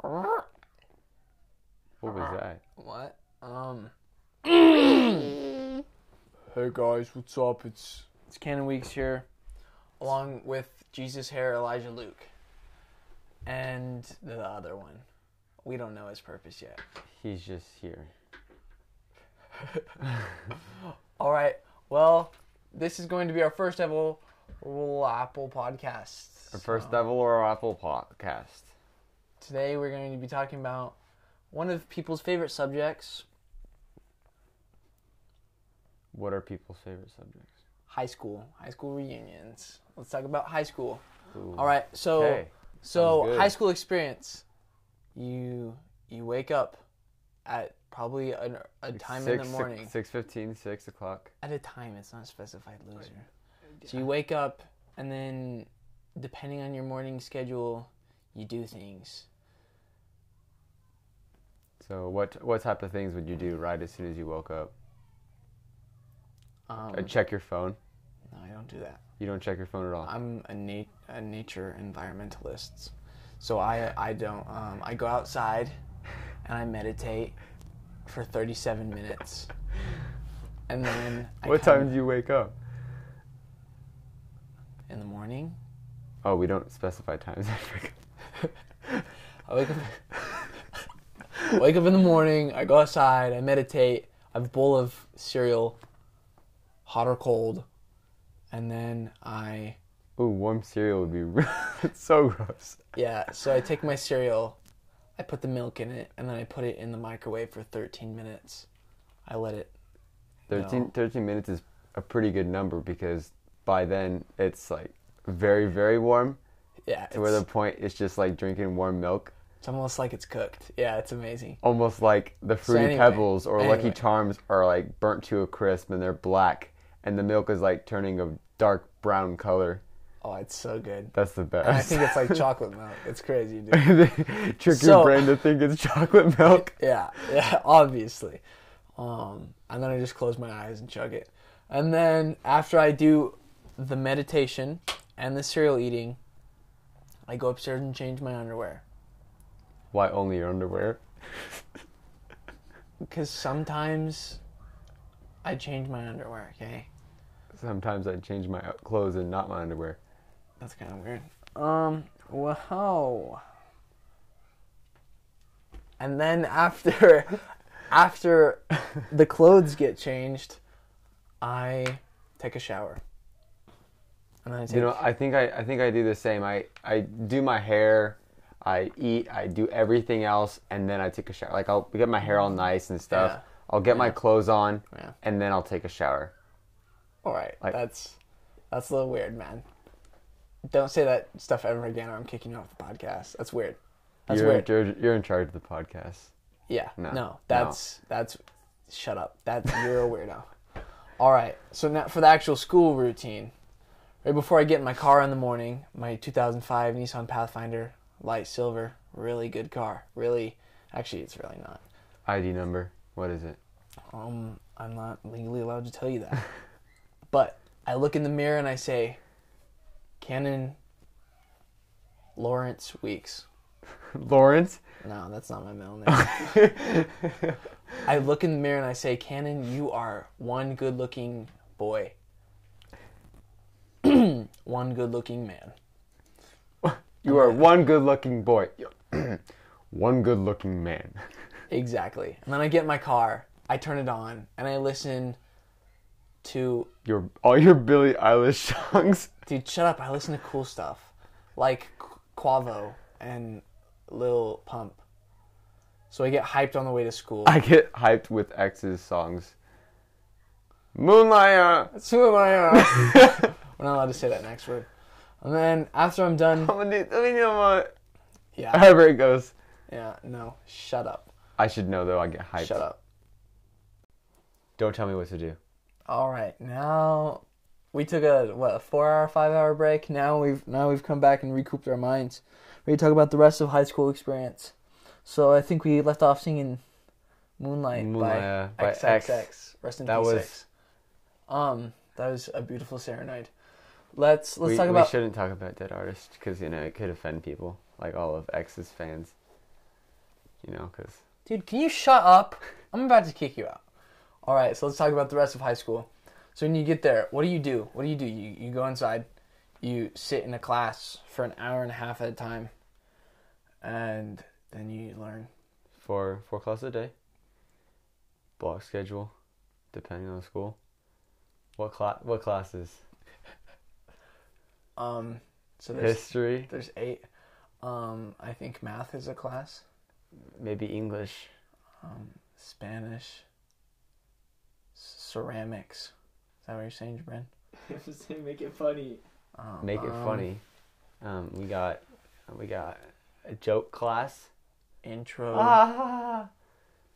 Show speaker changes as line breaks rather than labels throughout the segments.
What
What
Uh-huh.
was that?
Um. hey guys, what's up? It's it's Canon Weeks here, along with Jesus Hair, Elijah Luke, and the other one. We don't know his purpose yet.
He's just here.
All right. Well, this is going to be our first Apple Apple podcast.
Our first Devil or Apple podcast.
Today we're going to be talking about one of people's favorite subjects,
What are people's favorite subjects?
high school, high school reunions. Let's talk about high school.
Ooh.
All right. So
Okay.
so
Sounds good.
high school experience. You you wake up at probably an, a time in the morning.
Six fifteen, six o'clock.
At a time, it's not specified loser. So you wake up and then depending on your morning schedule, you do things.
So what what type of things would you do right as soon as you woke up?
Um,
Uh, check your phone.
no, I don't do that.
You don't check your phone at all.
I'm a, nat- a nature environmentalist, so I I don't um, I go outside and I meditate for 37 minutes, and then I
what
come
time do you wake up?
in the morning?
Oh, we don't specify times. I forgot.
I wake up. I wake up in the morning. I go outside. I meditate. I have a bowl of cereal, hot or cold, and then I
Ooh, warm cereal would be it's so gross.
yeah. So I take my cereal, I put the milk in it, and then I put it in the microwave for 13 minutes. I let it.
13,
No.
13 minutes is a pretty good number because by then it's like very very warm
Yeah, it's,
to where the point it's just like drinking warm milk,
it's almost like it's cooked. Yeah, it's amazing.
almost like the fruity
anyway,
pebbles or Lucky
anyway.
Charms are like burnt to a crisp and they're black, and the milk is like turning a dark brown color.
Oh, it's so good.
That's the best.
And I think it's like chocolate milk. It's crazy, dude.
trick your
So-
brain to think it's chocolate milk.
yeah, yeah, obviously. Um, and then I just close my eyes and chug it. And then after I do the meditation and the cereal eating, I go upstairs and change my underwear.
Why only your underwear?
Because sometimes I change my underwear, okay?
Sometimes I change my clothes and not my underwear.
That's kind of weird. Um, wow. And then after, after the clothes get changed, I take a shower. And then I take,
You know, I think I, I think I do the same. I, I do my hair, I eat, I do everything else, and then I take a shower. Like I'll get my hair all nice and stuff.
Yeah.
I'll get my clothes on,
Yeah.
and then I'll take a shower.
all right,
like-
that's that's a little weird, man. Don't say that stuff ever again, or I'm kicking you off the podcast. That's weird. That's
you're,
weird.
You're, you're in charge of the podcast.
Yeah.
No.
No.
No.
that's that's shut up. That you're a weirdo. All right. So now for the actual school routine. Right before I get in my car in the morning, my 2005 Nissan Pathfinder, light silver, really good car. Really, actually, it's really not.
ID number. What is it?
Um, I'm not legally allowed to tell you that. but I look in the mirror and I say, Canon Lawrence Weeks.
Lawrence.
No, that's not my middle name. I look in the mirror and I say, Cannon, you are one good looking boy. one good looking man.
You are one good-looking boy. one good-looking man.
Exactly. And then I get in my car, I turn it on, and I listen to
Your all your Billie Eilish songs.
dude, shut up. I listen to cool stuff. Like Qu- Quavo and Lil Pump. So I get hyped on the way to school.
I get hyped with X's songs. Moonlight.
That's who am I? uh, We're not allowed to say that next word. And then after I'm done, yeah,
However it goes.
yeah, no, shut up,
I should know though. I get hyped.
shut up.
Don't tell me what to do.
All right, now we took a what a four-hour, five-hour break. Now we've now we've come back and recouped our minds. We're gonna talk about the rest of high school experience. So I think we left off singing "Moonlight"
Moonlight,
by,
by X.
XXX. Rest in
That
peace,
was-
X. Um, that was a beautiful serenade. Let's let's
we,
talk
we
about
shouldn't talk about dead artists because you know it could offend people, like all of X's fans. you know, because
Dude, can you shut up? I'm about to kick you out. All right, so let's talk about the rest of high school. So when you get there, what do you do? What do you do? You, you go inside, you sit in a class for an hour and a half at a time, and then you learn.
four four classes a day, block schedule, depending on school. What class? What classes?
Um, so there's
History,
there's eight. Um, I think math is a class.
maybe English.
Um, Spanish. c- Ceramics. Is that what you're saying, Bren?
Make it funny.
Um,
Make it
um,
funny. Um, we got we got a joke class.
Intro.
Ah.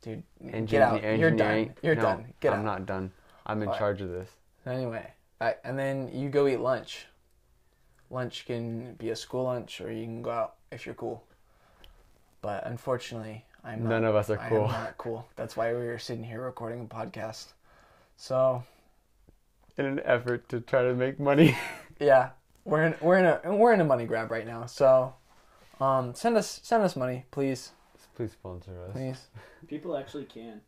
Dude, get
Engine-
out. You're
engineering-
done. You're
No,
done. Get
I'm
out.
not done. I'm in
Alright.
charge of this.
Anyway, I, and then you go eat lunch. Lunch can be a school lunch, or you can go out if you're cool. But unfortunately, I'm not,
None of us are
I am
cool.
not cool. That's why we're sitting here recording a podcast. So
In an effort to try to make money.
yeah, we're in we're in a we're in a money grab right now. So um, send us send us money, please,
Please sponsor us.
please.
People actually can.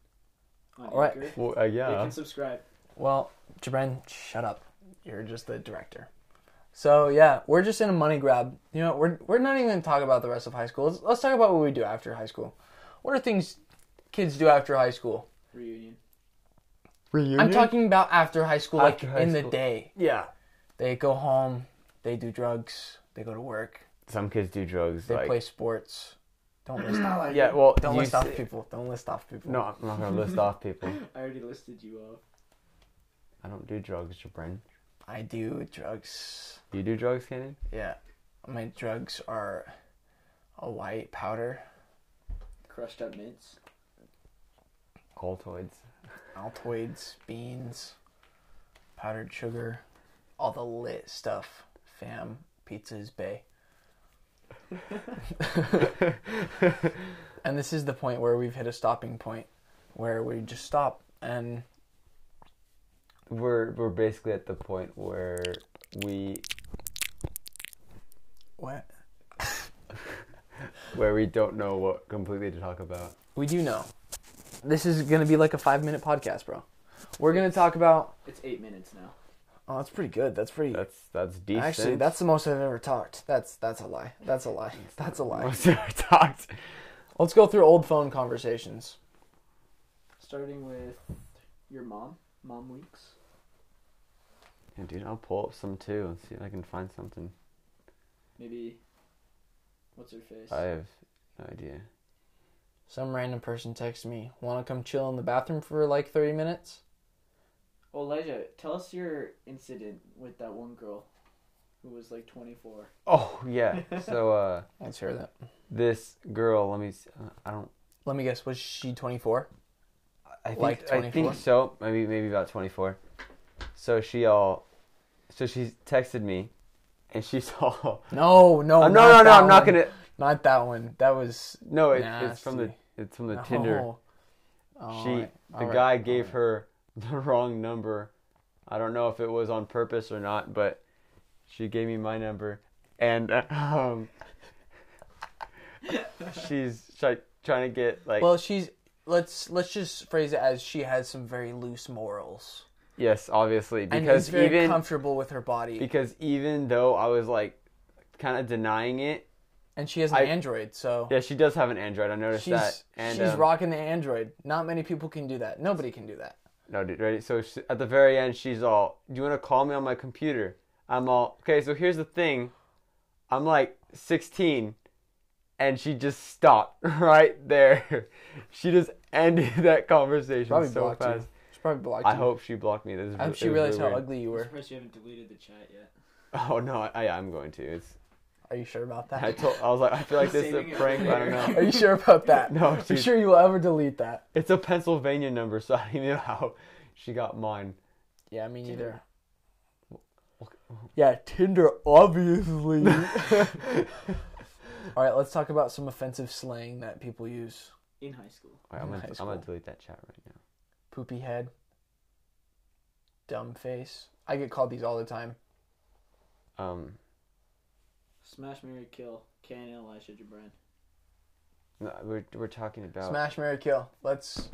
On
All right.
Anchor.
Well, uh,
They
yeah.
can subscribe.
Well, Jabren, shut up. You're just the director. So yeah, we're just in a money grab. You know, we're we're not even gonna talk about the rest of high school. Let's, let's talk about what we do after high school. What are things kids do after high school?
Reunion.
Reunion?
I'm talking about after high school, like
Mm-hmm. After high
in the
school.
day.
Yeah.
They go home, they do drugs, they go to work,
Some kids do drugs.
they
like,
play sports. Don't list off,
Yeah. Well,
don't
you
list off
say-
people. Don't list off people.
No, I'm not gonna list off people.
I already listed you off.
I don't do drugs, Jabrin.
I do drugs.
You do drugs, Cannon?
Yeah, my drugs are a white powder,
Crushed up mints.
Coltoids.
Altoids, beans, powdered sugar, all the lit stuff. Fam, pizzas, bay. and this is the point where we've hit a stopping point where we just stop and
We're we're basically at the point where we
what?
where we don't know what completely to talk about.
We do know. This is going to be like a five minute podcast, bro. We're going to talk about.
It's eight minutes now.
Oh, that's pretty good. That's pretty.
That's that's decent.
Actually, that's the most I've ever talked. That's that's a lie. That's a lie. That's a lie.
Once I talked.
Let's go through old phone conversations.
Starting with your mom. Mom weeks.
Yeah, dude, I'll pull up some too and see if I can find something.
Maybe. What's her face?
I have no idea.
Some random person texts me, "Want to come chill in the bathroom for like 30 minutes?"
Well, Oh, Elijah, tell us your incident with that one girl who was like 24.
Oh yeah. So uh,
Let's hear that.
this girl, let me. s Uh, I don't.
Let me guess. Was she 24?
I think
Like
I
24?
think so. Maybe maybe about twenty four. So she all, so she texted me, and she saw.
No, no,
Oh, no
not
no no!
that
I'm not
one.
gonna.
Not that one. That was
No, it, it's from the
Nasty. Oh,
it's from the Tinder.
No. All
She
right,
the
all right,
guy
all
gave
right.
her the wrong number. I don't know if it was on purpose or not, but she gave me my number, and um, she's like trying to get like
Well, she's let's let's just phrase it as she has some very loose morals
yes, obviously
and is
because
very
even
comfortable with her body.
because even though I was like kind of denying it,
and she has an
I-
Android, so
yeah, she does have an Android. I noticed
she's
that, and
she's
um,
rocking the Android. Not many people can do that. Nobody can do that.
No, dude, ready? So she, at the very end, she's all, "Do you want to call me on my computer?" I'm all, "Okay." So here's the thing, I'm like 16, and she just stopped right there. She just ended that conversation
Probably
so
blocked
fast.
you. She probably blocked
I
you.
hope she blocked me. This is,
I hope
it
she
was
realized
really
how
weird.
ugly you
I'm
were.
surprised you haven't deleted the chat yet.
Oh no, I, I am going to. It's.
Are you sure about
I
that?
told. I was like, I feel like this is a
Saving it
prank.
for
I don't
later.
know.
Are you sure about that?
No,
Are you
dude.
sure you will ever delete that?
It's a Pennsylvania number, so I don't even know how she got mine.
Yeah, me neither.
Tinder.
Yeah, Tinder, obviously. All right, let's talk about some offensive slang that people use.
In high school.
Alright, I'm,
In
gonna,
high
I'm gonna
school.
delete that chat right now.
Poopy head, dumb face. I get called these all the time.
Um,
Smash Mary Kill. Can Elijah Jabran.
No, we're, we're talking about
Smash, Mary, Kill. Let's.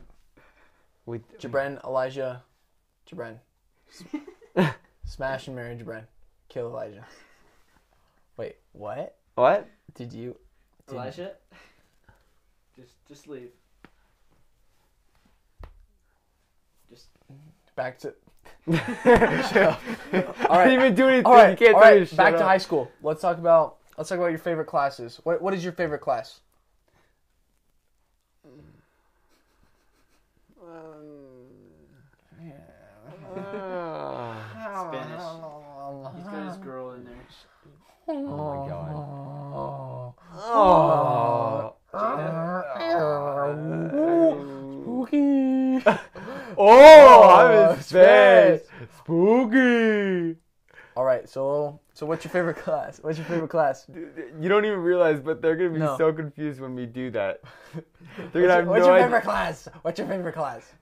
with
Jabren, Elijah. Jabren. Smash and marry Jabren. Kill Elijah. Wait, what?
what?
Did you. Did
Elijah, just just leave. Just
Back to.
All right.
right.
Didn't even do anything.
All right,
You can't
all
tell me
right.
to
Back
shut
to
up.
high school. Let's talk about let's talk about your favorite classes. What what is your favorite class?
Um,
Ah.
Spanish. he's got his girl in there.
oh my god.
Oh.
Oh.
Spooky.
Oh, I'm
Oh,
in space. Spooky.
All right, so so what's your favorite class? What's your favorite class?
You don't even realize, but they're gonna be
No.
so confused when we do that. They're gonna
What's your,
have
what's
no
your
idea.
favorite class? What's your favorite class?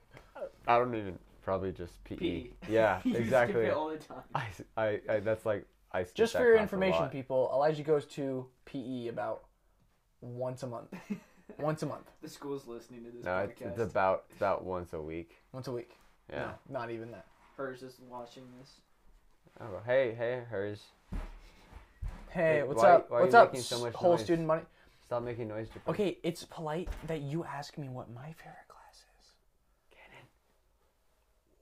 I don't even. Probably just PE.
P. E.
Yeah,
You skip
exactly.
it all the time.
I, I, I, that's like I. skip
Just
that
for your
class a
information,
lot.
people, Elijah goes to PE about once a month. once a month.
The school's listening to this
No, it's,
podcast.
it's about it's about once a week.
Once a week.
Yeah.
No, not even that.
Hers is watching this.
Oh, hey, hey, hers.
Hey,
Wait,
what's
why-
up?
why are you
what's up?
making so
s-
much
whole
noise?
student money.
Stop making noise. Japan.
Okay, it's polite that you ask me what my favorite class is.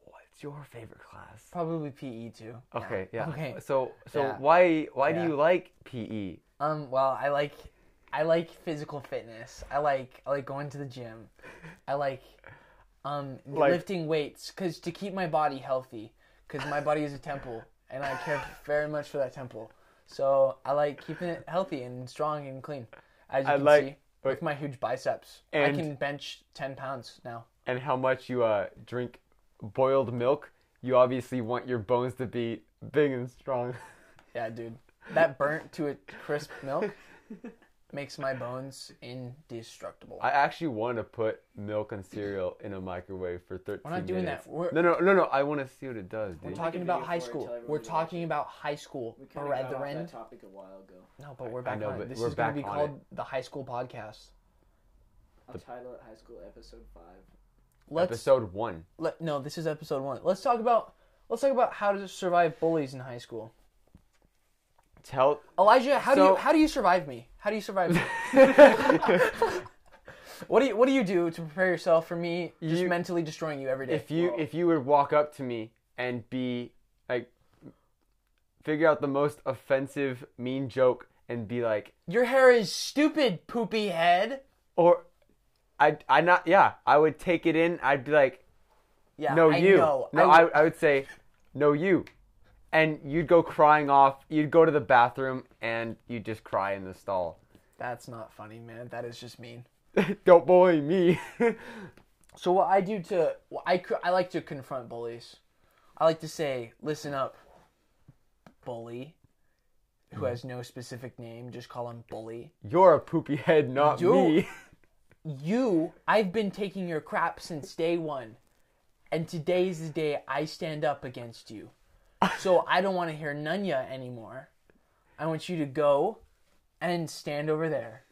What's your favorite class?
Probably PE too.
Okay. Yeah.
Okay.
So so
Yeah.
why why
Yeah.
do you like E? PE?
Um. Well, I like, I like physical fitness. I like, I like going to the gym. I like, um,
Like-
lifting weights because to keep my body healthy. Because my body is a temple, and I care very much for that temple. So I like keeping it healthy and strong and clean. As you
I
can
like-
see, with my huge biceps,
And-
I can bench ten pounds now.
and how much you uh, drink boiled milk, you obviously want your bones to be big and strong.
Yeah, dude. That burnt to a crisp milk makes my bones indestructible.
I actually want to put milk and cereal in a microwave for 13 minutes.
We're not doing that. We're,
No, no, no, no. I want to see what it does, dude.
we're
talk-
talking
a
about
video
high
for it,
school.
tell everyone
We're
to watch
talking
it.
about high school,
We kind of got off
brethren.
that topic a while ago.
No, but we're back
know,
on
but
it. This
we're
is going
back
to be
on
called the High School Podcast.
I'll title it High School Episode Five.
Let's
Episode one.
let no. This is episode one. Let's talk about let's talk about how to survive bullies in high school.
Tell.
Elijah, how do
So-
you how do you survive me? How do you survive me? what do you what do you do to prepare yourself for me just
You-
mentally destroying you every day?
If you if you would walk up to me and be like, figure out the most offensive mean joke and be like,
Your hair is stupid, poopy head.
or, I I not yeah. I would take it in. I'd be like,
Yeah,
no
I
you
Know.
no
I-
I, I would say no you and you'd go crying off you'd go to the bathroom and you'd just cry in the stall
That's not funny, man. That is just mean.
don't bully me
So what I do to well, I cr- I like to confront bullies. I like to say, "Listen up, bully." Who has no specific name, just call him bully.
you're a poopy head not
You-
me
You, I've been taking your crap since day one, and today is the day I stand up against you. So I don't want to hear Nunya anymore. I want you to go and stand over there.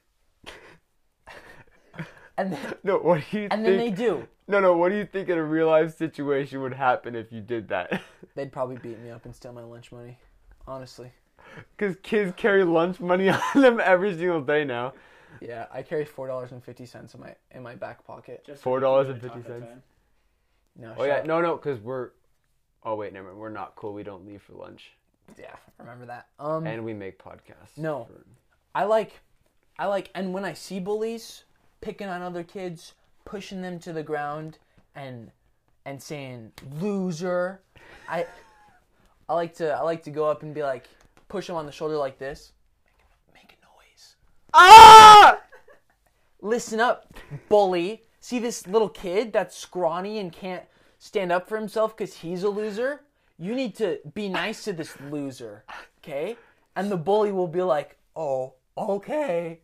And then,
no what do you
and then
think
they do.
no no what do you think in a real life situation would happen if you did that
They'd probably beat me up and steal my lunch money. Honestly.
because kids carry lunch money on them every single day now
Yeah, I carry four dollars and fifty cents in my in my back pocket.
Just
$4.50.
No,
oh yeah no no because we're oh wait never mind we're not cool we don't leave for lunch
yeah, remember that. Um,
and we make podcasts
No.
for-
I like, I like, and when I see bullies picking on other kids, pushing them to the ground, and and saying loser, I, I like to I like to go up and be like, push them on the shoulder like this, make a noise,
ah
listen up, bully. See this little kid that's scrawny and can't stand up for himself because he's a loser? You need to be nice to this loser, okay? And the bully will be like, oh, okay.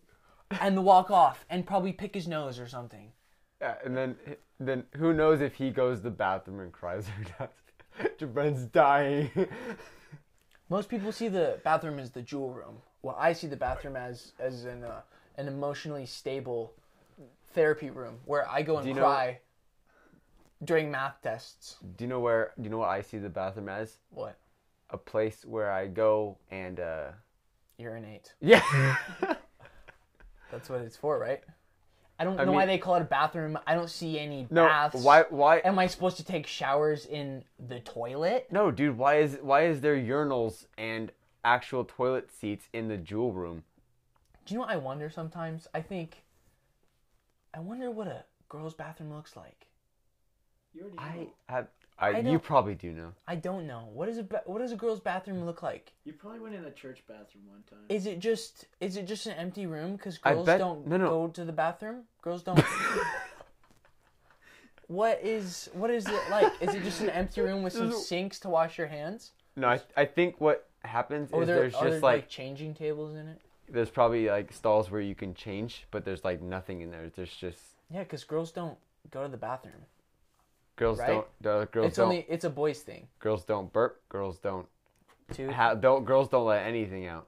And walk off and probably pick his nose or something.
Yeah, and then then who knows if he goes to the bathroom and cries or not? Jabren's dying.
Most people see the bathroom as the jewel room. Well, I see the bathroom as, as an, uh, an emotionally stable therapy room where I go
Do
and
you know-
cry during math tests.
Do you know where? Do you know what I see the bathroom as?
What?
A place where I go and uh,
Urinate.
yeah.
That's what it's for, right? I don't
I
know why
mean-
they call it a bathroom. I don't see any
no.
baths.
Why? Why?
am I supposed to take showers in the toilet?
No, dude, why is why is there urinals and actual toilet seats in the jewel room?
Do you know what I wonder sometimes? I think I wonder what a girl's bathroom looks like.
You already
I
know.
have I,
I
you
don't-
probably do know.
I don't know. What is a ba- what does a girl's bathroom look like?
You probably went in the church bathroom one time.
Is it just is it just an empty room cuz
I
girls
bet-
don't
no, no.
go to the bathroom? Girls don't What is what is it like? Is it just an empty room with some
There's a-
sinks to wash your hands?
No, I I think what happens
Or
is
Oh, there,
there's
are there
just
like
like
changing tables in it?
there's probably like stalls where you can change, but there's like nothing in there. There's just
Yeah, cuz girls don't go to the bathroom.
girls
Right?
don't uh, girls
it's
don't
only it's a boys thing.
girls don't burp. Girls don't
Dude,
ha- don't girls don't let anything out.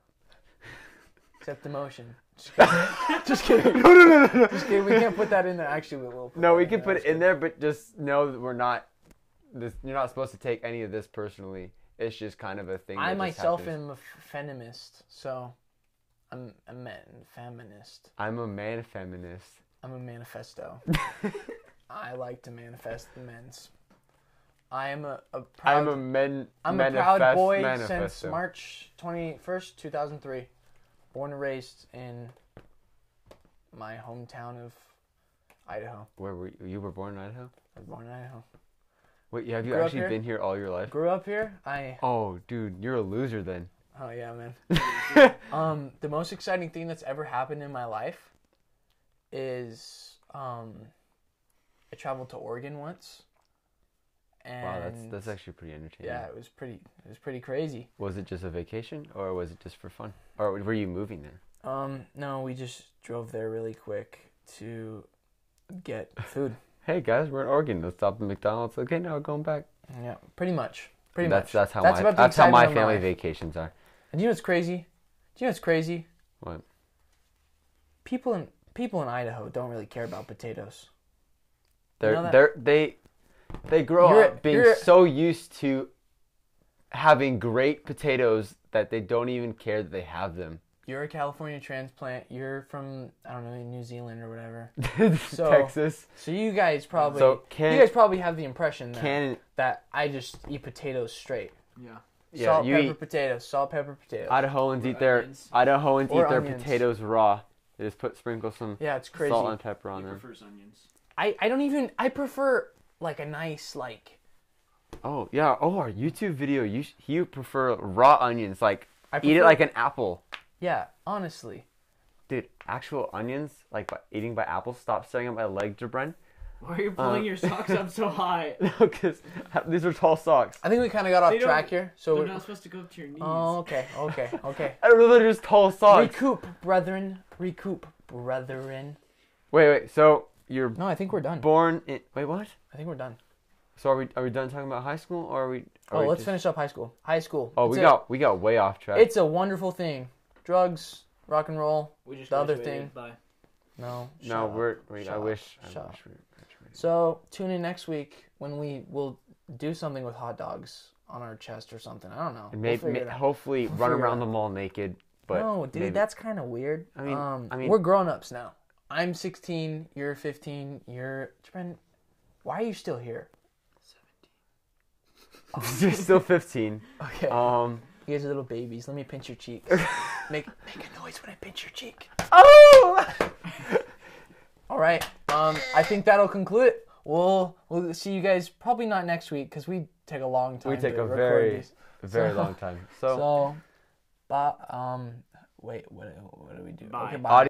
except emotion. Just kidding. just kidding.
No, no, no, no,
Just kidding. We can't put that in there. Actually, we will. put
No,
that
we
in
can
there.
put it in there, but just know that we're not. This, you're not supposed to take any of this personally. It's just kind of a thing.
I
that just
myself
happens.
am a f- feminist, so I'm a man feminist.
I'm a man feminist.
I'm a manifesto. I like to manifest the men's. I am a, a proud.
I'm a men.
I'm a
manifest,
proud boy since
manifesto.
March 21st, 2003. Born and raised in my hometown of Idaho.
Where were you, you were born in Idaho?
I was born in Idaho.
Wait, have you
Grew up
actually
here.
been here all your life?
Grew up here. I
Oh, dude, you're a loser then.
Oh yeah, man. um, the most exciting thing that's ever happened in my life is um, I traveled to Oregon once. And
Wow, that's that's actually pretty entertaining.
yeah, it was pretty it was pretty crazy.
Was it just a vacation or was it just for fun? Or were you moving there?
Um, no, we just drove there really quick to get food.
Hey guys, we're in Oregon. Let's stop at McDonald's. Okay, now we're going back.
yeah, pretty much. Pretty
that's
much.
that's how my
about the
that's how my
excitement of
family
life.
vacations are.
And do you know what's crazy? Do you know what's crazy?
What?
People in people in Idaho don't really care about potatoes.
They're
know that-
they're they they grow
You're-
up being
you're-
so used to having great potatoes that they don't even care that they have them.
You're a California transplant. You're from I don't know New Zealand or whatever. So-
Texas.
So you guys probably
So can-
you guys probably have the impression that,
Can
that I just eat potatoes straight.
yeah.
yeah,
salt,
you
pepper,
eat
potatoes. Salt, pepper, potatoes.
Idahoans eat their
onions.
Idahoans
Or
eat their
onions.
potatoes raw. They just put sprinkle some
yeah, it's crazy.
salt and pepper
He
on them.
prefers onions.
I I don't even I prefer like a nice like
Oh yeah. Oh, our YouTube video. You sh- you prefer raw onions? Like
I
eat it
prefer-
like an apple,
yeah. Honestly,
dude. Actual onions, like by, eating by apples. Stop staring at my leg, Jabren.
Why are you pulling
Uh,
your socks up so high?
Because these are tall socks.
I think we kind of got off
They don't-
track here. So
They're
we're,
not supposed to go up to your knees.
oh okay okay okay.
I really just tall socks.
recoup, brethren. Recoup, brethren.
Wait, wait. So you're
No, I think we're done.
born in. Wait, what?
I think we're done.
So are we? Are we done talking about high school, or are we?
Oh,
Are we
let's
just-
finish up high school. High school.
Oh,
It's
we
a-
got we got way off track.
It's a wonderful thing. Drugs, rock and roll.
we just
the other
graduated.
thing.
Bye.
No. shut
no,
up.
we're. We,
Shut
I
up.
wish. I wish.
Shut up.
we- I wish we-
So tune in next week when we will do something with hot dogs on our chest or something. I don't know.
And
We'll
maybe,
figure it out.
hopefully, run
figure it
around
out.
the mall naked. But
no, dude,
maybe-
that's kind of weird. I
mean-
mean, um,
I mean-
we're grown ups now. I'm 16. You're 15. You're. Trent, why are you still here?
you're still 15.
Okay.
Um.
you guys are little babies. Let me pinch your cheek. make make a noise when I pinch your cheek.
Oh!
All right. Um, I think that'll conclude it. We'll we'll see you guys probably not next week because we take a long time.
We take
to
a
record
very,
these.
very
So-
long time. So,
So, but um, wait, what what do we do?
Bye.
Okay,
audio.